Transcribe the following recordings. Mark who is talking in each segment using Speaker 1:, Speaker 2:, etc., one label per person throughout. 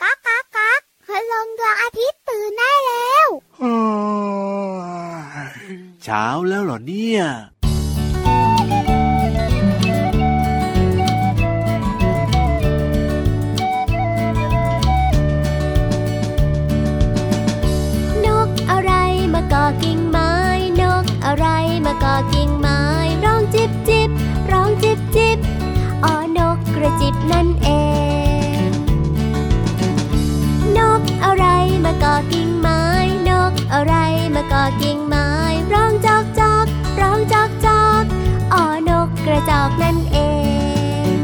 Speaker 1: ก๊ากก๊ากก๊ากพลงดวงอาทิตย์ตื่นได้แล้ว
Speaker 2: เช้าแล้วเหรอเนี่ย
Speaker 3: นกอะไรมาเกาะกิ่งไม้ นกอะไรมาเกาะกิ่งไม้ ร้องจิบจิบร้องจิบจิบอ๋อนกกระจิบนั่นเอง นกอะไรมาเกาะกิ่งไม้ นกอะไรมาเกาะกิ่งไม้ ร้องจอกจอกร้องจอกจอกอ๋อนกกระจอกนั่นเอง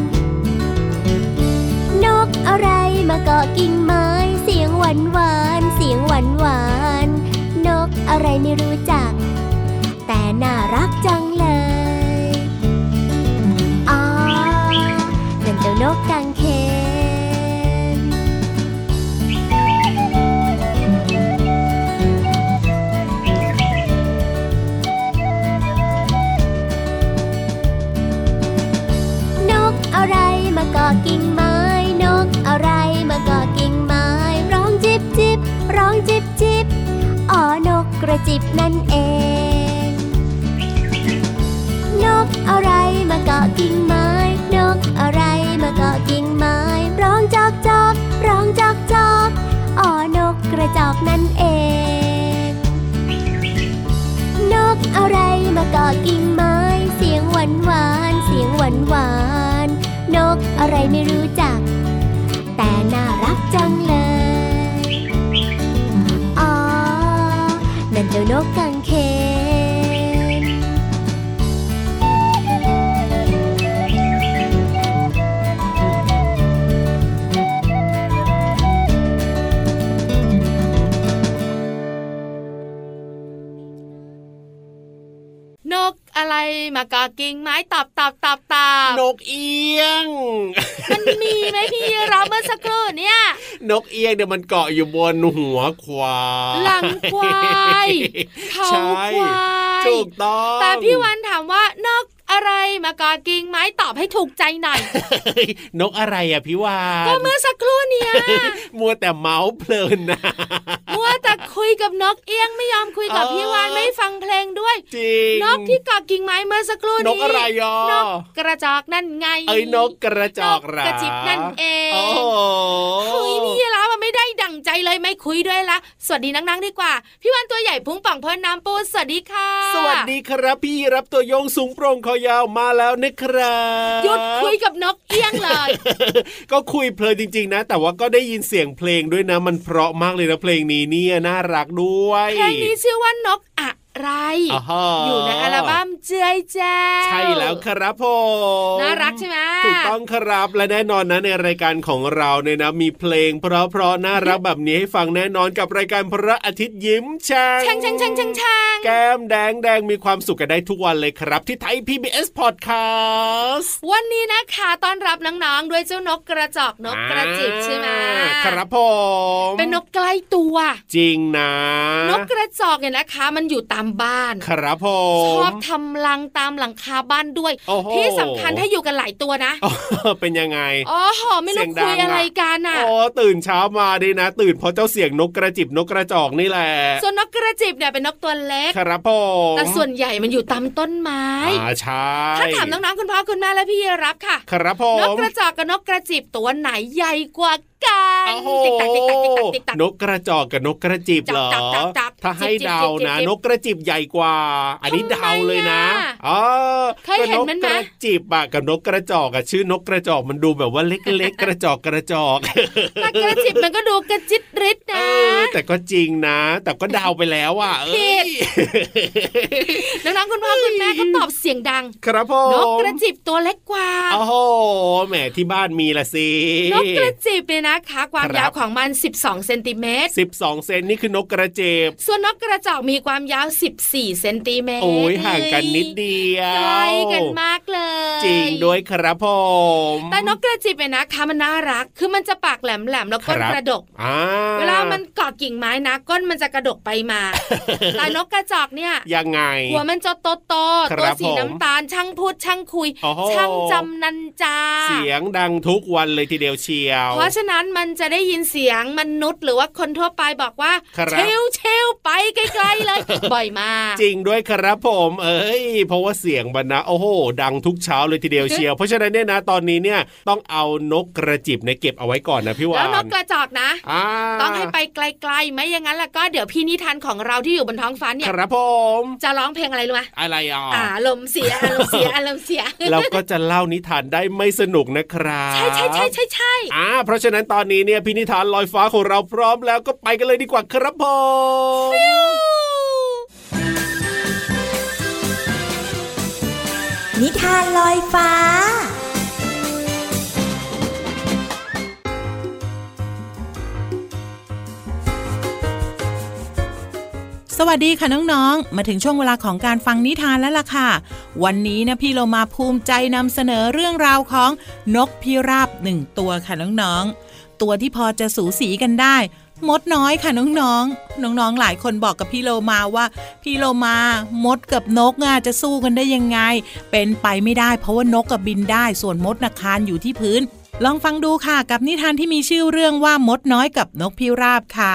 Speaker 3: นกอะไรมาเกาะกิ่งไม้ เสียงหวานหวานๆเสียงหวานหวานๆนกอะไรไม่รู้จัก แต่น่ารักจังเลยอ๋อนั่นเจ้านกกังเขน นกอะไรมาเกาะกิ่งไม้ นกอะไรมาเกาะกิ่งไม้ ร้องจิบจิบร้องจิบจิบอ๋อนกกระจิบนั่นเอง นกอะไรมาเกาะกิ่งไม้ นกอะไรมาเกาะกิ่งไม้ ร้องจอกจอกร้องจอกจอกอ๋อนกกระจอกนั่นเอง นกอะไรมาเกาะกิ่งไม้ เสียงหวานหวานๆเสียงหวานหวานๆนกอะไรไม่รู้จัก แต่น่ารักจังเลย อ๋อ นั่นเจ้านกกังเขน
Speaker 4: นกอะไรมากอกิ่งไม้ตอบตอบตอบตอบ
Speaker 2: นกเอียง
Speaker 4: มันมีไหมพี่รับเมื่อสักครู่เนี่ย
Speaker 2: นกเอียงเดี๋ยวมันเกาะอยู่บนหัวควาย
Speaker 4: หลังควายเขา
Speaker 2: ใช่
Speaker 4: ควาย
Speaker 2: ถูกต้อง
Speaker 4: แต่พี่วันถามว่านกอะไรมากอกิ่งไม้ตอบให้ถูกใจหน่อย
Speaker 2: เฮ้ยนกอะไรอ่ะพี่วาน
Speaker 4: ก็เมื่อสักครู่เนี่ย
Speaker 2: มัวแต่เมาส์เพลินนะ
Speaker 4: มัวแต่คุยกับนกเอี้ยงไม่ยอมคุยกับ
Speaker 2: เออ
Speaker 4: พี่วันไม่ฟังเพลงด้วย
Speaker 2: จริง
Speaker 4: นกที่เกอกิ่งไม้เมื่อสักครู่
Speaker 2: นก
Speaker 4: นี้
Speaker 2: อะไรอ่ะ
Speaker 4: นกกระจอกนั่นไง
Speaker 2: เอ้ยนกกระจอกหรา
Speaker 4: ก
Speaker 2: น
Speaker 4: กระจิบนั่นเอง
Speaker 2: โอ้โห
Speaker 4: คุยพี่ยีราฟมันไม่ได้ดั่งใจเลยไม่คุยด้วยละสวัสดีนังๆดีกว่า พี่วันตัวใหญ่พุงป่องพอน้ำปูสวัสดีค่ะ
Speaker 2: สวัสดีครับพี่รับตัวโยงสูงโปร่งคอยาวมาแล้วนะครับ
Speaker 4: หยุดคุยกับนกเอี้ยงเลย
Speaker 2: ก็คุยเพลินจริง ๆ นะ แต่ว่าก็ได้ยินเสียงเพลงด้วยนะ มันเพราะมากเลยนะเพลงนี้เนี่ยน่ารักด้วย
Speaker 4: เพลงนี้ชื่อว่านกอะไร
Speaker 2: อาฮะ
Speaker 4: อยู่ในอัลบั้มเจยแจ้ว
Speaker 2: ใช่แล้วครับผม
Speaker 4: น่ารักใช่ไหม
Speaker 2: ถูกต้องครับและแน่นอนนะในรายการของเราเนี่ยนะ มีเพลง เพราะๆน่ารักแบบนี้ให้ฟังแน่นอนกับรายการพระอาทิตย์ยิ้มแฉ่
Speaker 4: ช่างช่างช่างช่างช่าง
Speaker 2: แก้มแดงแดงมีความสุขกันได้ทุกวันเลยครับ ที่ไทย PBS Podcast
Speaker 4: วันนี้นะคะต้อนรับน้องๆด้วยเจ้านกกระจอกนกกระจิบใช่ไหม
Speaker 2: ครับผม
Speaker 4: เป็นนกใกล้ตัว
Speaker 2: จริงนะ
Speaker 4: นกกระจอกเนี่ยนะคะ มันอยู่ตามบ้าน
Speaker 2: ครับผ
Speaker 4: ช
Speaker 2: ม
Speaker 4: อบทำรังตามหลังคาบ้านด้วย
Speaker 2: โอ้โห
Speaker 4: ที่สำคัญถ้าอยู่กันหลายตัวนะ
Speaker 2: อ๋อเป็นยังไง
Speaker 4: อ๋อหอไม่รู้
Speaker 2: เสียงดัง
Speaker 4: คุยอะไร
Speaker 2: อะ
Speaker 4: กันอ่ะ
Speaker 2: อ๋อตื่นเช้ามาดีนะ ตื่นเพราะเจ้าเสียงนกกระจิบนกกระจอกนี่แหละ
Speaker 4: ส่วนนกกระจิบเนี่ยเป็นนกตัวเล็ก
Speaker 2: ครับผม
Speaker 4: แต่ส่วนใหญ่มันอยู่ตามต้นไม้
Speaker 2: อ่าใช่
Speaker 4: ถ้าถามน้องๆคุณพ่อคุณแม่และพี่รับค่ะ
Speaker 2: ครับผ
Speaker 4: นก
Speaker 2: ม
Speaker 4: กระจอกกับนกกระจิบตัวไหนใหญ่กว่ากัน
Speaker 2: โอ้โห
Speaker 4: ติ๊กตักติ๊กตักติ๊กตักติ๊กตัก
Speaker 2: นกกระจอกกับนกกระจิบเหรอ
Speaker 4: จับจับจับจับ
Speaker 2: ถ้าให้
Speaker 4: จิบจิบ
Speaker 2: เดา
Speaker 4: จิบ
Speaker 2: นะ
Speaker 4: จิบ
Speaker 2: นกกระจิบใหญ่กว่า อันนี้
Speaker 4: ทำไม
Speaker 2: เดาเลยนะ
Speaker 4: อ่ะ
Speaker 2: อ๋อ
Speaker 4: เคยเห็นมันไหม
Speaker 2: ก็กระจิบอะกับนกกระจอกอะชื่อนกกระจอกมันดูแบบว่าเล็กๆ กระจอกกระจอก
Speaker 4: แต่กระจิบมันก็ดูกระจิตริด
Speaker 2: เอ
Speaker 4: นะ
Speaker 2: อแต่ก็จริงนะ แต่ก็เดาไปแล้วอ่ะเอ้ย
Speaker 4: ผิ น้องๆคุณพ่อคุณแม่ก็ตอบเสียงดัง
Speaker 2: ครับพ่อน
Speaker 4: กกระจิบตัวเล็กกว่า
Speaker 2: โอ้โหแหมที่บ้านมีละสิ
Speaker 4: นกกระจิบเนี่ยนะ นะคะ ความ
Speaker 2: ครับ
Speaker 4: ยาวของมัน 12เซนติเมตร
Speaker 2: 12 เซนนี่คือนกกระเจบ
Speaker 4: ส่วนนกกระจอกมีความยาว 14 เซนติเมตร
Speaker 2: โอ้ยห่างกันนิดเดียว
Speaker 4: ใกล้กันมากเลย
Speaker 2: จริงด้วยครับผม
Speaker 4: แต่นกกระจิบเนี่ยนะคะมันน่ารัก คือมันจะปากแหลมแหลมๆแล้วก้น
Speaker 2: คบ
Speaker 4: กระดก
Speaker 2: อ่า
Speaker 4: เวลามันเกาะกิ่งไม้นะก้นมันจะกระดกไป มา แต่นกกระจอกเนี่ย
Speaker 2: ยังไง
Speaker 4: หัวมันจะโตโตๆ
Speaker 2: ครับ
Speaker 4: ตัวสี
Speaker 2: ผม
Speaker 4: น้ำตาล ช่างพูดช่างคุย
Speaker 2: โอ้โห
Speaker 4: ช่างจำนันจา
Speaker 2: เสียงดังทุกวันเลยทีเดียวเชียว
Speaker 4: เพราะฉะนั้นมันจะได้ยินเสียงมนุษย์หรือว่าคนทั่วไปบอกว่า
Speaker 2: ครับ
Speaker 4: เชลเชลไปไกลๆเลย บ่อยมาก
Speaker 2: จริงด้วยครับผม เอ้ย เพราะว่าเสียงมันนะโอ้โห ดังทุกเช้าเลยทีเดียวเชียว เพราะฉะนั้นเนี่ยนะตอนนี้เนี่ยต้องเอานกกระจิบเนี่ยเก็บเอาไว้ก่อนนะพี่วา
Speaker 4: แล้ว
Speaker 2: น
Speaker 4: นกกระจอกนะ
Speaker 2: อ่า
Speaker 4: ต้องให้ไปไกลๆไม่อย่างนั้นแล้วก็เดี๋ยวพี่นิทานของเราที่อยู่บนท้องฟ้าเนี่
Speaker 2: ค
Speaker 4: ย
Speaker 2: รับผม
Speaker 4: จะร้องเพลงอะไรรู้ไหม
Speaker 2: อะไรอ่ะ
Speaker 4: อ่าลมณ์เสียอารมณ์เสียอารมณ์เสีย
Speaker 2: เราก็จะเล่านิทานได้ไม่สนุกนะครับ
Speaker 4: ใช่ใช่ใช่ใช่ใช่
Speaker 2: อ่าเพราะฉะนั้นตอนนี้เนี่ยพินิธานลอยฟ้าของเราพร้อมแล้วก็ไปกันเลยดีกว่าครับผม
Speaker 5: นิทานลอยฟ้า
Speaker 6: สวัสดีค่ะน้องๆ มาถึงช่วงเวลาของการฟังนิทานแล้วล่ะค่ะ วันนี้นะพี่เรามาภูมิใจนำเสนอเรื่องราวของนกพิราบหนึ่งตัวค่ะน้องๆ ตัวที่พอจะสูสีกันได้ มดน้อยค่ะน้องๆ น้องๆ หลายคนบอกกับพี่โลมาว่า พี่โลมามดกับนกอ่ะจะสู้กันได้ยังไง เป็นไปไม่ได้เพราะว่านกกับบินได้ส่วนมดนะคานอยู่ที่พื้น ลองฟังดูค่ะกับนิทานที่มีชื่อเรื่องว่ามดน้อยกับนกพิราบค่ะ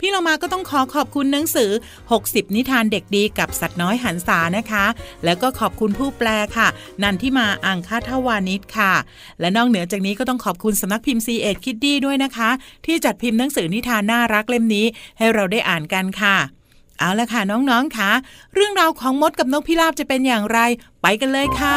Speaker 6: พี่เรามาก็ต้องขอขอบคุณหนังสือ 60 นิทานเด็กดีกับสัตว์น้อยหันษานะคะ แล้วก็ขอบคุณผู้แปลค่ะ นันทิมาอังคาทวานิชค่ะ และนอกเหนือจากนี้ก็ต้องขอบคุณสำนักพิมพ์ C ีเอ็ดคิดดี้ด้วยนะคะ ที่จัดพิมพ์หนังสือนิทานน่ารักเล่มนี้ ให้เราได้อ่านกันค่ะ เอาละค่ะน้องๆค่ะ เรื่องราวของมดกับนกพิราบจะเป็นอย่างไร ไปกันเลยค่ะ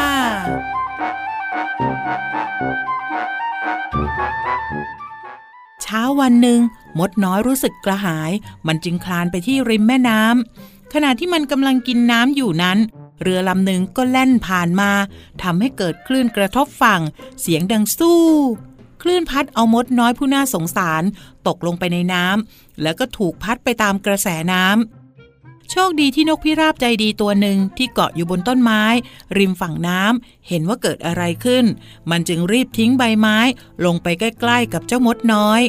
Speaker 6: เช้าวันหนึ่งมดน้อยรู้สึกกระหาย มันจึงคลานไปที่ริมแม่น้ำขณะที่มันกำลังกินน้ำอยู่นั้น เรือลำหนึ่งก็แล่นผ่านมาทำให้เกิดคลื่นกระทบฝั่ง เสียงดังสู้ คลื่นพัดเอามดน้อยผู้น่าสงสาร ตกลงไปในน้ำแล้วก็ถูกพัดไปตามกระแสน้ำ โชคดีที่นกพิราบใจดีตัวหนึ่งที่เกาะอยู่บนต้นไม้ ริมฝั่งน้ำเห็นว่าเกิดอะไรขึ้น มันจึงรีบทิ้งใบไม้ ลงไปใกล้ๆกับเจ้ามดน้อย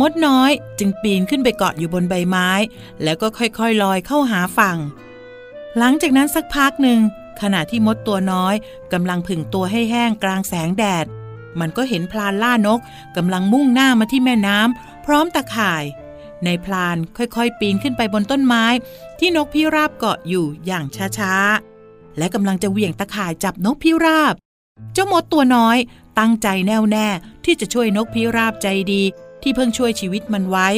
Speaker 6: มดน้อยจึงปีนขึ้นไปเกาะอยู่บนใบไม้ แล้วก็ค่อยๆลอยเข้าหาฝั่ง หลังจากนั้นสักพักหนึ่ง ขณะที่มดตัวน้อยกำลังผึ่งตัวให้แห้งกลางแสงแดด มันก็เห็นพลานล่านกกำลังมุ่งหน้ามาที่แม่น้ำพร้อมตะข่าย ในพลานค่อยๆ ปีนขึ้นไปบนต้นไม้ ที่นกพิราบเกาะอยู่อย่างช้าๆ และกำลังจะเหวี่ยงตะข่ายจับนกพิราบ เจ้ามดตัวน้อยตั้งใจแน่วแน่ที่จะช่วยนกพิราบใจดี ที่เพิ่งช่วยชีวิตมันไว้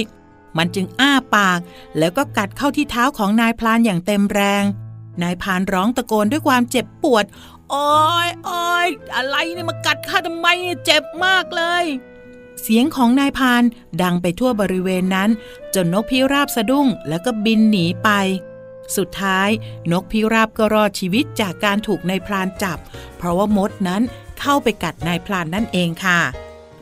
Speaker 6: มันจึงอ้าปาก แล้วก็กัดเข้าที่เท้าของนายพลานอย่างเต็มแรง นายพลานร้องตะโกนด้วยความเจ็บปวด โอ้ยโอ้ยอะไรเนี่ยมากัดข้าทำไมเนี่ยเจ็บมากเลย เสียงของนายพรานดังไปทั่วบริเวณนั้น จนนกพิราบสะดุ้งแล้วก็บินหนีไป สุดท้ายนกพิราบก็รอดชีวิตจากการถูกนายพรานจับ เพราะว่ามดนั้นเข้าไปกัดนายพรานนั่นเองค่ะ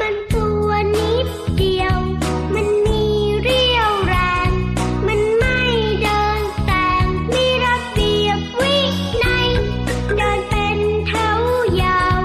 Speaker 1: มันตัวนิดเดียว มันมีเรี่ยวแรง มันไม่เดินตามไม่ระเบียบวินัยเดินเป็นแถวยาว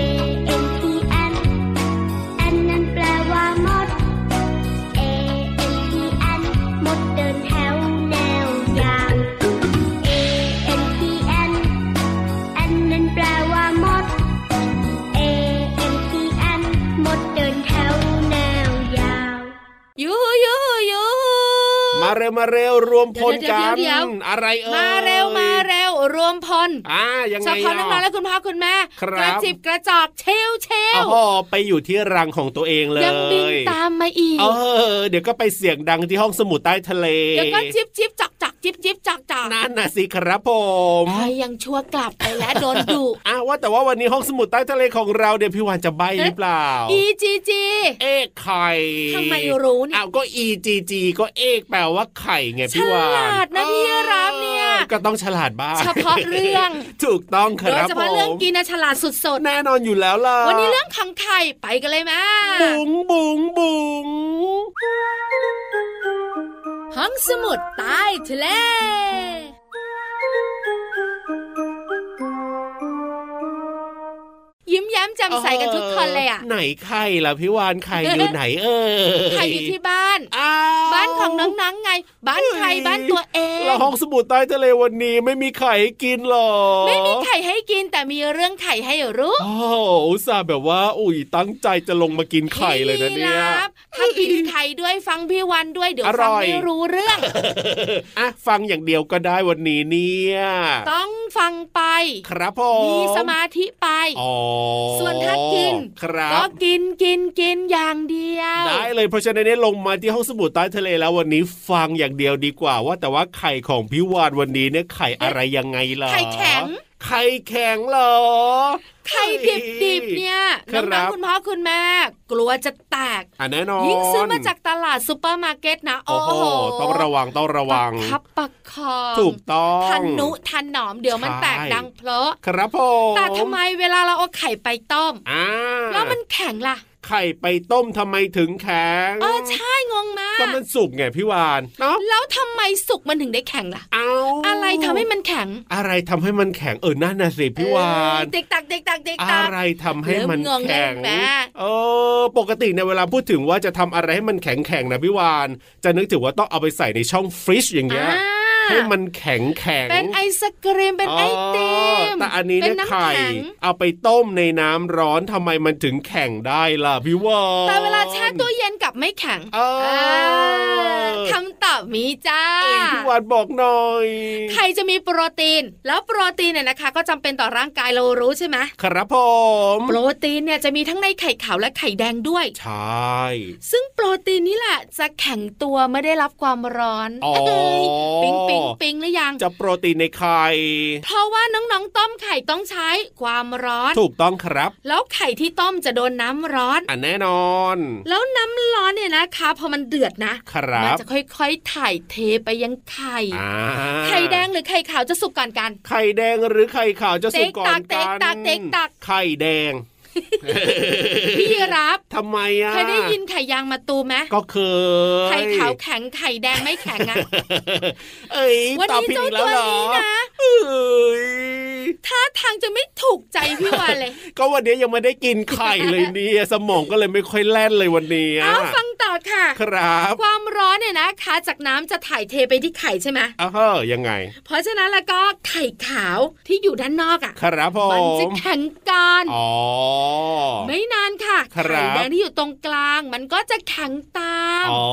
Speaker 1: e, E, E,
Speaker 2: มาเร็วรวมพลกัน
Speaker 4: เดี๋ยวเดี๋ยวเดี๋ยว
Speaker 2: อะไรเอ่ย
Speaker 4: มาเร็วมาเร็วรวมพล
Speaker 2: อ่ายังไง
Speaker 4: เฉพาะ
Speaker 2: อ่ะ
Speaker 4: น้องๆและคุณพ่อคุณแม่
Speaker 2: ครับ
Speaker 4: กระจิบกระจอกเชลเช
Speaker 2: อ๋
Speaker 4: ล
Speaker 2: อไปอยู่ที่รังของตัวเองเลย
Speaker 4: ยังบินตามมาอีก
Speaker 2: เออเดี๋ยวก็ไปเสียงดังที่ห้องสมุดใต้ทะเล
Speaker 4: เดี๋ยวก็จิบจิบจักจักจิบจิบจักจัก
Speaker 2: นั่นน่ะสิครับผม
Speaker 4: ไอ้ยังชั่วกลับไปแล้วโดนดุ
Speaker 2: อ่าว่าแต่ว่าวันนี้ห้องสมุดใต้ทะเลของเราเดี๋ยวพี่วานจะใบหรือเปล่า
Speaker 4: อีจีจี
Speaker 2: เอกไข่
Speaker 4: ทำไมรู้เนี่ย
Speaker 2: อ้าวก็ EGG ก็เอกแปลว่าไข่ไงพี่วาน
Speaker 4: ฉลาดนะพี่
Speaker 2: เออ
Speaker 4: รับเนี่ย
Speaker 2: ก็ต้องฉลาดบ้าง
Speaker 4: เฉพาะเรื่อง
Speaker 2: ถูกต้องค
Speaker 4: โดย
Speaker 2: รับ
Speaker 4: เฉพาะเรื่อง
Speaker 2: ผม
Speaker 4: กินนะฉลาดสุด
Speaker 2: แน่นอนอยู่แล้วล่ะ
Speaker 4: ๆ วันนี้เรื่องของไข่ไปกันเลยมา
Speaker 2: บุ๋งบุ๋งบุ๋ง
Speaker 4: ห้องสมุดใต้ทะเล ยิ้มแย้มแจ่มใสกันทุกคนเลยอ่ะ
Speaker 2: เไหนไข่ล่ะพี่วานไข่อยู่ไหนเออ
Speaker 4: ไข่อยู่ที่บ้าน
Speaker 2: อ้าว
Speaker 4: บ้านของน้องๆไง บ้านใครบ้านตัวเอง
Speaker 2: แล้วห้องสมุดใต้ทะเลวันนี้ไม่มีไข่ให้กินหรอ
Speaker 4: ไม่มีไข่ให้กินแต่มีเรื่องไข่ให้รู้
Speaker 2: โอ้าวอุตส่าห์แบบว่า อุ้ยตั้งใจจะลงมากินไข่เลยนะเนี่ย
Speaker 4: พี่รับถ้ากินไข่ด้วยฟังพี่วันด้วยเดี๋ยว
Speaker 2: อร่
Speaker 4: ฟัง
Speaker 2: อย
Speaker 4: ไม่รู้เรื่อง
Speaker 2: อ่ะฟังอย่างเดียวก็ได้วันนี้เนี่ย
Speaker 4: ต้องฟังไป
Speaker 2: ครับผม
Speaker 4: มีสมาธิไป
Speaker 2: อ๋อ
Speaker 4: ส่วนถ้ากิน
Speaker 2: ครั
Speaker 4: ก็
Speaker 2: บ
Speaker 4: กินกินกินอย่างเดียว
Speaker 2: ได้เลยเพราะฉะนั้นเนี่ยลงมาที่ห้องสมุดใต้ทะเลแล้ววันนี้ฟังอย่างเดียวดีกว่า ว่าแต่ว่าไข่ของพี่วานวันนี้เนี่ยไข่อะไรยังไงล่ะ
Speaker 4: ไข่แข็ง
Speaker 2: ไข่แข็งเหรอ
Speaker 4: ไข่ดิบดิบเนี่ย
Speaker 2: ครั
Speaker 4: น้องๆ
Speaker 2: บ
Speaker 4: คุณพ่อคุณแม่กลัวจะแตก
Speaker 2: อ่ะแน่นอน
Speaker 4: ยิ่งซื้อมาจากตลาดซูเปอร์มาร์เก็ตนะ
Speaker 2: โอ้
Speaker 4: โอ้
Speaker 2: โหต้องระวังต้องระวัง
Speaker 4: ประคับประคอง
Speaker 2: ถูกต้อง
Speaker 4: ทันนุทันหนอมเดี๋ยวมันแตก
Speaker 2: ใช่
Speaker 4: ดังเพราะ
Speaker 2: ครับผม
Speaker 4: แต่ทำไมเวลาเราเอาไข่ไปต้ม
Speaker 2: อ่า
Speaker 4: แล้วมันแข็งล่ะ
Speaker 2: ไข่ไปต้มทำไมถึงแข็ง
Speaker 4: เออใช่งงมาก
Speaker 2: ก็มันสุกไงพี่วานเนาะ
Speaker 4: แล้วทำไมสุกมันถึงได้แข็งล่ะ
Speaker 2: เอา
Speaker 4: อะไรทำให้มันแข็ง
Speaker 2: อะไรทำให้มันแข็งเออนั่นน่ะสิพี่วาน
Speaker 4: เออติ๊กตักติ๊กตักติ๊ก
Speaker 2: อะ
Speaker 4: ตัก
Speaker 2: ไรทำให้มัน
Speaker 4: เริ่มงง
Speaker 2: แข็ง
Speaker 4: แล้วเห็นไหม
Speaker 2: เออปกติในยเวลาพูดถึงว่าจะทำอะไรให้มันแข็งแข็งๆนะพี่วานจะนึกถึงว่าต้องเอาไปใส่ในช่องฟรีซอย่างเงี้ย
Speaker 4: อ่า
Speaker 2: ให้มันแข็งแข็ง
Speaker 4: เป็นไอศกรีมเป็นไอติม
Speaker 2: แต่อันนี้
Speaker 4: เป็
Speaker 2: เนี่ย
Speaker 4: น้ำ
Speaker 2: ไข่
Speaker 4: แข็ง
Speaker 2: เอาไปต้มในน้ำร้อนทำไมมันถึงแข็งได้ล่ะพี่วาน
Speaker 4: แต่เวลาแช่ตู้เย็นกลับไม่แข็ง
Speaker 2: เอออ่
Speaker 4: าคำตอบมีจ้า
Speaker 2: เอ้ยพี่วานบอกหน่อย
Speaker 4: ไข่จะมีโปรตีน แล้วโปรตีนเนี่ยนะคะ ก็จำเป็นต่อร่างกายเรารู้ใช่ไหม
Speaker 2: ครับผม
Speaker 4: โปรตีนเนี่ยจะมีทั้งในไข่ขาวและไข่แดงด้วย
Speaker 2: ใช่
Speaker 4: ซึ่งโปรตีนนี่แหละจะแข็งตัวไม่ได้รับความร้อน
Speaker 2: อ๋อ
Speaker 4: เอ้ยปิงปิงปิงหรือยัง
Speaker 2: จะโปรตีนในไข่
Speaker 4: เพราะว่าน้องๆต้มไข่ต้องใช้ความร้อน
Speaker 2: ถูกต้องครับ
Speaker 4: แล้วไข่ที่ต้มจะโดนน้ำร้อน
Speaker 2: อ่ะแน่นอน
Speaker 4: แล้วน้ำร้อนเนี่ยนะคะพอมันเดือดนะครับ มัจะค่อยๆถ่ายเทไปยังไข่
Speaker 2: อ่า
Speaker 4: ไข่แดงหรือไข่ขาวจะสุกก่อนกัน
Speaker 2: ไข่แดงหรือไข่ขาวจะสุกก่อน
Speaker 4: เต๊
Speaker 2: กั
Speaker 4: ก
Speaker 2: น
Speaker 4: ตักเต๊กตัก
Speaker 2: ไข่แดง
Speaker 4: พี่รับ
Speaker 2: ทำไมอ่ะ
Speaker 4: เคยได้ยินไข่ยางมาตูมไหม
Speaker 2: ก็เคย
Speaker 4: ไข่ขาวแข็งไข่แดงไม่แข็งอะ
Speaker 2: เอ้ย
Speaker 4: วัน
Speaker 2: ตอบ
Speaker 4: นี้
Speaker 2: ผิด
Speaker 4: เจ้า
Speaker 2: อีกแล้
Speaker 4: ตัว ว
Speaker 2: เหรอ
Speaker 4: นี้นะ
Speaker 2: เอ้ย
Speaker 4: ท่าทางจะไม่ถูกใจพี่วานเลย
Speaker 2: ก็วันนี้ยังไม่ได้กินไข่เลยเนี่ยสมองก็เลยไม่ค่อยแล่นเลยวันนี้
Speaker 4: เอาฟังต่อค่ะ
Speaker 2: ครับ
Speaker 4: ความร้อนเนี่ยนะคะจากน้ำจะถ่ายเทไปที่ไข่ใช่ไหม
Speaker 2: อ้าวเฮยยังไง
Speaker 4: เพราะฉะนั้นแล้วก็ไข่ขาวที่อยู่ด้านนอกอ่ะ
Speaker 2: ครับผ
Speaker 4: มันจะ
Speaker 2: ม
Speaker 4: แข็งกัน
Speaker 2: อ๋อ
Speaker 4: ไม่นานค่ะ
Speaker 2: ครับ
Speaker 4: ไข่แดงที่อยู่ตรงกลาง มันก็จะแข็งตาม
Speaker 2: อ๋อ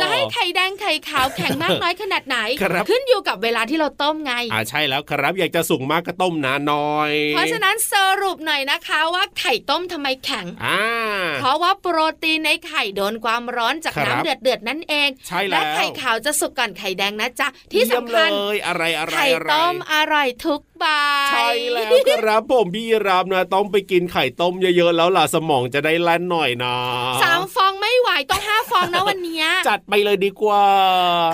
Speaker 4: จะให้ไข่แดงไข่ขาวแข็งมากน้อยขนาดไหน
Speaker 2: ครับ
Speaker 4: ขึ้นอยู่กับเวลาที่เราต้มไง
Speaker 2: อ่าใช่แล้วครับอยากจะสูงมากก็ต้มนานหน่อย
Speaker 4: เพราะฉะนั้นสรุปหน่อยนะคะว่าไข่ต้มทำไมแข็ง
Speaker 2: อ่า
Speaker 4: เพราะว่าโปรตีนในไข่โดนความร้อนจาก
Speaker 2: ครับ
Speaker 4: น้ำเดือดเดือดๆนั่นเอง
Speaker 2: ใช่แล้ว
Speaker 4: ไข่ขาวจะสุกก่อนไข่แดงนะจ๊ะที่สำ
Speaker 2: เยี่
Speaker 4: คั
Speaker 2: ย
Speaker 4: ญ
Speaker 2: มเลยอะไรอะไร
Speaker 4: ไข่
Speaker 2: อะไร
Speaker 4: ต้มอร่อยทุกใบ
Speaker 2: ใช่แล้วครับผมพี่รับนะ ต้องไปกินไข่ต้มเยอะๆแล้วล่ะสมองจะได้แล่นหน่อยนะ
Speaker 4: สามฟองไม่ไหวต้องห้าฟองนะวันเนี้ย
Speaker 2: จัดไปเลยดีกว่า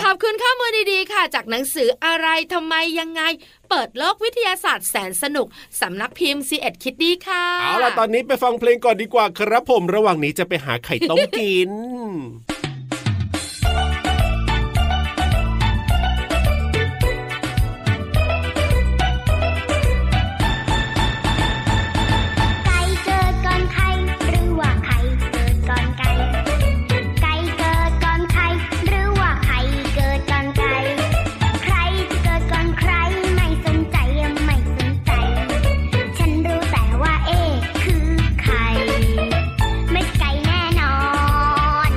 Speaker 4: ขอบคุณข้อมูลดีๆค่ะ จากหนังสืออะไรทำไมยังไง เปิดโลกวิทยาศาสตร์แสนสนุกสำนักพิมพ์ซีเอ็ดคิตตี้ค่ะ
Speaker 2: เอาล่ะตอนนี้ไปฟังเพลงก่อนดีกว่าครับผมระหว่างนี้จะไปหาไข่ต้มกิน
Speaker 1: ไก่เกิดก่อนไข่หรือว่าไข่เกิดก่อนไก่ ไก่เกิดก่อนไข่หรือว่าไข่เกิดก่อนไก่ ใครจะเกิดก่อนใครไม่สนใจไม่สนใจ ฉันรู้แต่ว่าเอคือไข่ ไม่ไก่แน่นอน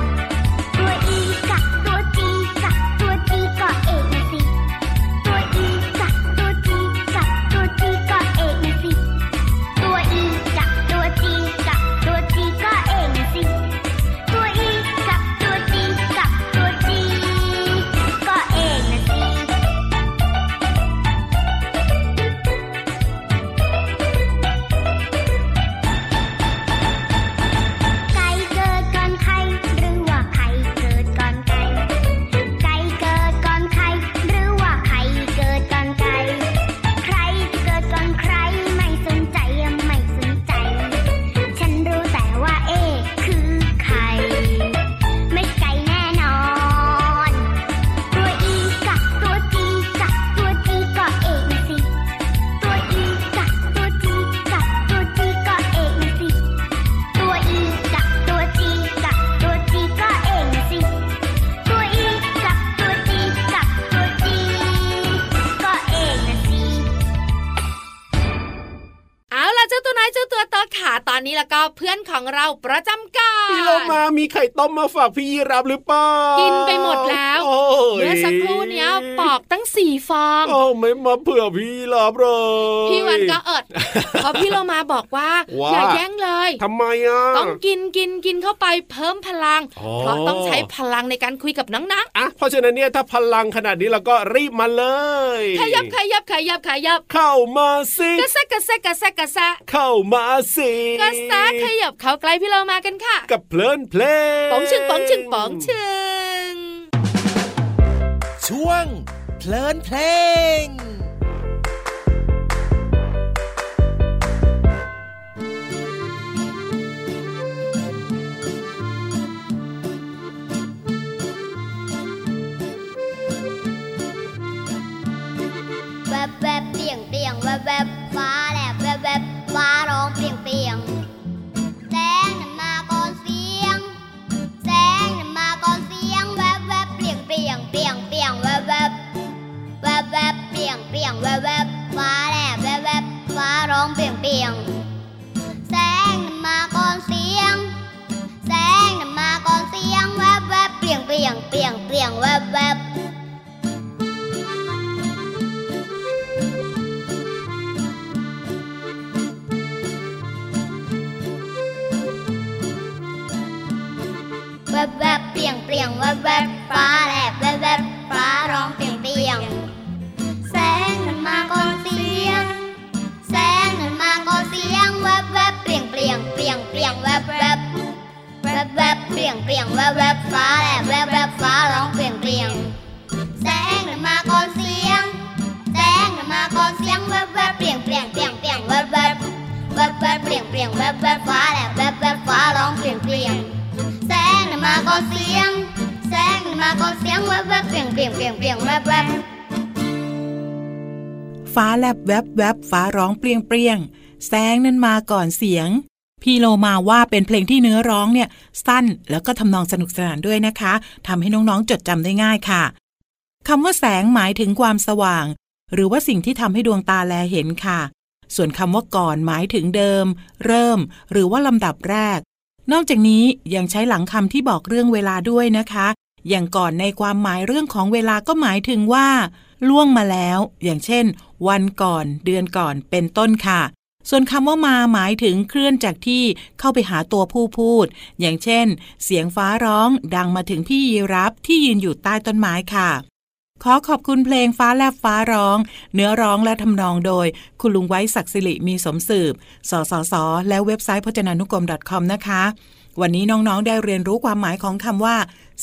Speaker 4: แล้วก็เพื่อนของเราประจำกา
Speaker 2: พี่โล
Speaker 4: ร
Speaker 2: มามีไข่ต้มมาฝากพี่ยีรับหรือเปล่า
Speaker 4: กิ
Speaker 2: กิ
Speaker 4: นไปหมดแล้ว เมื่อสักครู่เนี้ยปอกตั้งสี่ฟอง
Speaker 2: โอ้ไม่มาเผื่อพี่ยีรับเลย
Speaker 4: พี่วันก็เอิด เพราะพี่โลมาบอกว่า
Speaker 2: ว่า
Speaker 4: อย่าแย่งเลย
Speaker 2: ทำไมอ่ะ
Speaker 4: ต้องกินกินกินเข้าไปเพิ่มพลัง
Speaker 2: อ๋อ
Speaker 4: เพราะต้องใช้พลังในการคุยกับน้องนะ
Speaker 2: อ่ะเพราะฉะนั้นเนี่ยถ้าพลังขนาดนี้เราก็รีบมาเลย
Speaker 4: ขยับขยับขยับขยับ
Speaker 2: เข้ามาสิ
Speaker 4: กระแซะกระแซะกระแซะกระแซะ
Speaker 2: เข้ามาสิ
Speaker 4: กระแซะขยับเข้าใกล้พี่โลมากันค่ะ
Speaker 2: กับเพลินเพลง
Speaker 4: ป๋องชึงป๋องชึงป๋องชึง
Speaker 7: ช่วงเพลินเพลง
Speaker 1: แวบแวบเปลี่ยงเปลี่ยงแวบแวบฟ้าแลบแวบแวบฟ้าร้องเปลี่ยงเปลี่ยงแสงน่ะมาก่อนเสียง แสงน่ะมาก่อนเสียงแวบแวบเปลี่ยงเปลี่ยงเปลี่ยงเปลี่ยงแวบแวบแวบแวบเปลี่ยงเปลี่ยงแวบแวบฟ้าแลบแวบแวบฟ้าร้องเปลี่ยงเปลี่ยงแสงน่ะมาก่อนเสียง แสงน่ะมาก่อนเสียงแวบแวบเปลี่ยงเปลี่ยงเปลี่ยงเปลี่ยงแวบแวบ แวบแวบเปลี่ยงเปลี่ยงแวบแวบฟ้าแลบแวบแวบฟ้าร้องเปลี่ยงเปลี่ยงแสงนั้นมาก่อนเสียง แสงนั้นมาก่อนเสียงแวบแวบเปลี่ยงเปลี่ยงเปลี่ยงเปลี่ยงแวบแวบแวบแวบเปลี่ยงเปลี่ยงแวบแวบฟ้าแลบแวบแวบฟ้าร้องเปลี่ยงเปลี่ยงแสงนั้นมาก่อนเสียง แสงนั้นมาก่อนเสียงแวบแวบเปลี่ยงเปลี่ยงเปลี่ยงเปลี่ยงแวบแวบแวบแวบเปลี่ยงเปลี่ยงแวบแวบฟ้าแลบแวบแวบฟ้าร้องเปลี่ยงเปลี่ยง แสงน่ะมาก็เสียง แสงน่ะมาก็เสียงแวบแวบเปลี่ยงเปลี่ยงเปลี่ยงเปลี่ยงแวบแวบ
Speaker 6: ฟ้าแลบแวบแวบฟ้าร้องเปรียงเปรียงแสงนั้นมาก่อนเสียง พี่โลมาว่าเป็นเพลงที่เนื้อร้องเนี่ย สั้นแล้วก็ทำนองสนุกสนานด้วยนะคะทำให้น้องๆจดจำได้ง่ายค่ะคำว่าแสงหมายถึงความสว่าง หรือว่าสิ่งที่ทำให้ดวงตาแลเห็นค่ะ ส่วนคำว่าก่อนหมายถึงเดิม เริ่ม หรือว่าลำดับแรก นอกจากนี้ยังใช้หลังคำที่บอกเรื่องเวลาด้วยนะคะ อย่างก่อนในความหมายเรื่องของเวลาก็หมายถึงว่า ล่วงมาแล้ว อย่างเช่น วันก่อน เดือนก่อนเป็นต้นค่ะ ส่วนคำว่ามาหมายถึงเคลื่อนจากที่เข้าไปหาตัวผู้พูด อย่างเช่น เสียงฟ้าร้องดังมาถึงพี่ยีรับที่ยืนอยู่ใต้ต้นไม้ค่ะ ขอขอบคุณเพลงฟ้าแลบฟ้าร้อง เนื้อร้องและทำนองโดย คุณลุงไว้ศักดิ์สิริมีสมสืบ สสส และเว็บไซต์พจนานุกรม .com นะคะ วันนี้น้องๆได้เรียนรู้ความหมายของคำว่า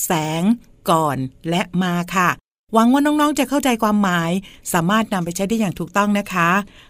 Speaker 6: แสง ก่อน และมาค่ะ หวังว่าน้องๆจะเข้าใจความหมาย สามารถนำไปใช้ได้อย่างถูกต้องนะคะ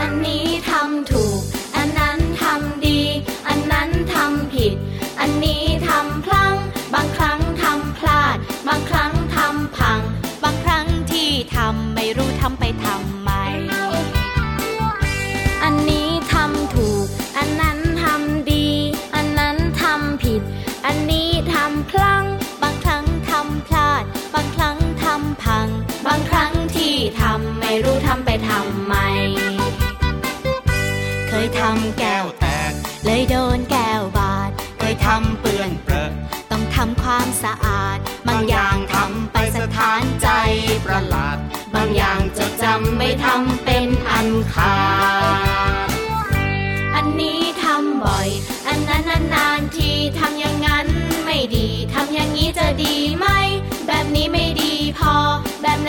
Speaker 8: อันนี้ทำถูก อันนั้นทำดี อันนั้นทำผิด อันนี้ทำพลัง บางครั้งทำพลาด บางครั้งทำพัง บางครั้งที่ทำไม่รู้ทำไปทำไม อันนี้ทำถูก อันนั้นทำดี อันนั้นทำผิด อันนี้ทำพลัง บางครั้งทำพลาด บางครั้งทำพัง บางครั้งที่ทำไม่รู้ทำไปทำไม เคยทำแก้วแตก เลยโดนแก้วบาด เคยทำเปื้อนเปรอะต้องทำความสะอาด บางอย่างทำไปสถานใจประหลาด บางอย่างจดจำไม่ทำเป็นอันขาด อันนี้ทำบ่อย อันนั้นนานๆทีทำอย่างนั้นไม่ดี ทำอย่างนี้จะดีไหม แบบนี้ไม่ดีพอ แบบไหน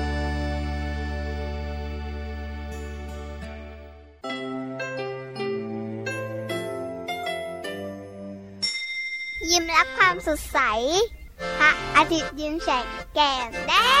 Speaker 9: น
Speaker 10: ยิ้มรับความสดใส พระอาทิตย์ยิ้มแฉกแก้มแดง